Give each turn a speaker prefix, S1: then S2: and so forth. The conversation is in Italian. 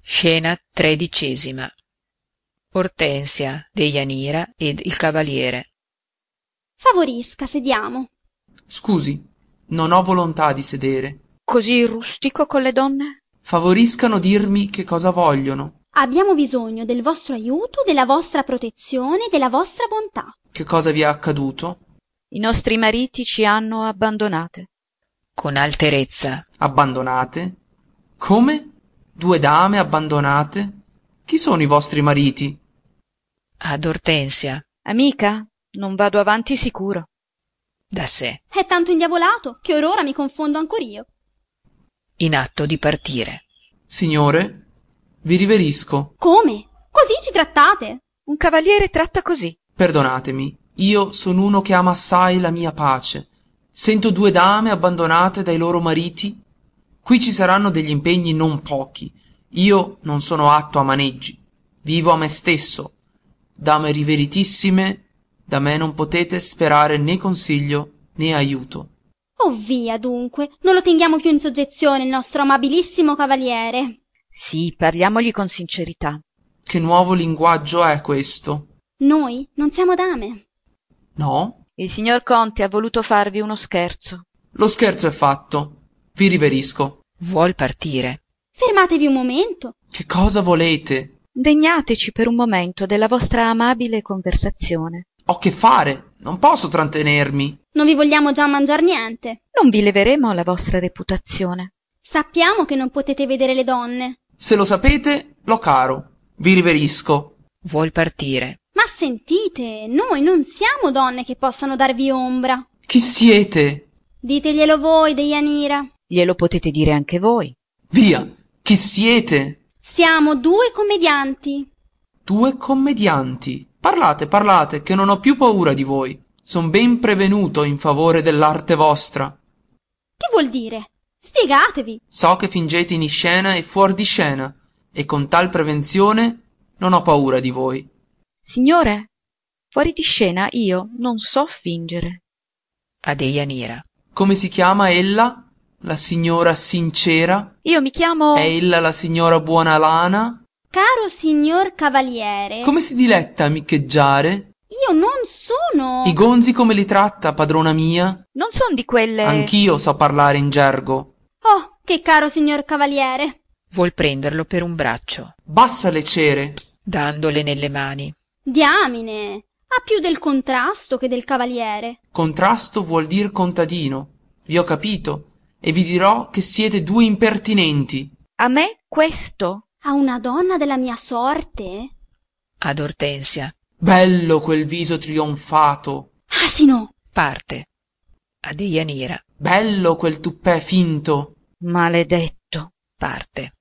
S1: scena tredicesima ortensia deianira ed il cavaliere
S2: favorisca sediamo
S3: scusi non ho volontà di sedere
S4: cosí rustico con le donne
S3: favoriscano dirmi che cosa vogliono
S2: abbiamo bisogno del vostro ajuto della vostra protezione della vostra bontà
S3: che cosa vi è accaduto
S4: i nostri mariti ci hanno abbandonate
S1: con alterezza
S3: abbandonate come due dame abbandonate chi sono i vostri mariti
S1: ad ortensia
S4: amica non vado avanti sicuro
S1: da sé
S2: è tanto indiavolato che or ora mi confondo ancor io
S1: in atto di partire
S3: signore vi riverisco
S2: come cosí ci trattate
S4: un cavaliere tratta cosí
S3: perdonatemi io son uno che ama assai la mia pace sento due dame abbandonate dai loro mariti qui ci saranno degli impegni non pochi io non sono atto a maneggi vivo a me stesso dame riveritissime da me non potete sperare né consiglio né ajuto
S2: oh via dunque non lo tenghiamo piú in soggezione il nostro amabilissimo cavaliere
S4: sì parliamogli con sincerità
S3: che nuovo linguaggio è questo
S2: noi non siamo dame
S3: no
S4: il signor conte ha voluto farvi uno scherzo
S3: lo scherzo è fatto vi riverisco
S1: vuol partire
S2: fermatevi un momento
S3: che cosa volete
S4: degnateci per un momento della vostra amabile conversazione
S3: ho che fare non posso trattenermi
S2: non vi vogliamo già mangiar niente
S4: non vi leveremo la vostra reputazione
S2: sappiamo che non potete vedere le donne
S3: se lo sapete lo caro vi riverisco
S1: vuol partire
S2: ma sentite noi non siamo donne che possano darvi ombra
S3: chi siete
S2: diteglielo voi deianira
S4: glielo potete dire anche voi
S3: via chi siete
S2: siamo due commedianti
S3: due commedianti parlate parlate che non ho più paura di voi son ben prevenuto in favore dell'arte vostra
S2: che vuol dire spiegatevi
S3: so che fingete in iscena e fuor di scena e con tal prevenzione non ho paura di voi
S4: signore fuori di scena io non so fingere
S1: a deianira
S3: come si chiama ella la signora sincera
S4: io mi chiamo
S3: è ella la signora buona lana
S2: caro signor cavaliere
S3: come si diletta a miccheggiare
S2: io non sono
S3: i gonzi come li tratta padrona mia
S4: non son di quelle
S3: anch'io so parlare in gergo
S2: oh che caro signor cavaliere
S1: vuol prenderlo per un braccio
S3: bassa le cere
S1: dandole nelle mani
S2: diamine ha più del contrasto che del cavaliere
S3: contrasto vuol dir contadino vi ho capito e vi dirò che siete due impertinenti
S4: a me questo
S2: a una donna della mia sorte
S1: ad ortensia
S3: bello quel viso trionfato
S2: asino
S1: parte a deianira
S3: bello quel tuppè finto
S4: maledetto
S1: parte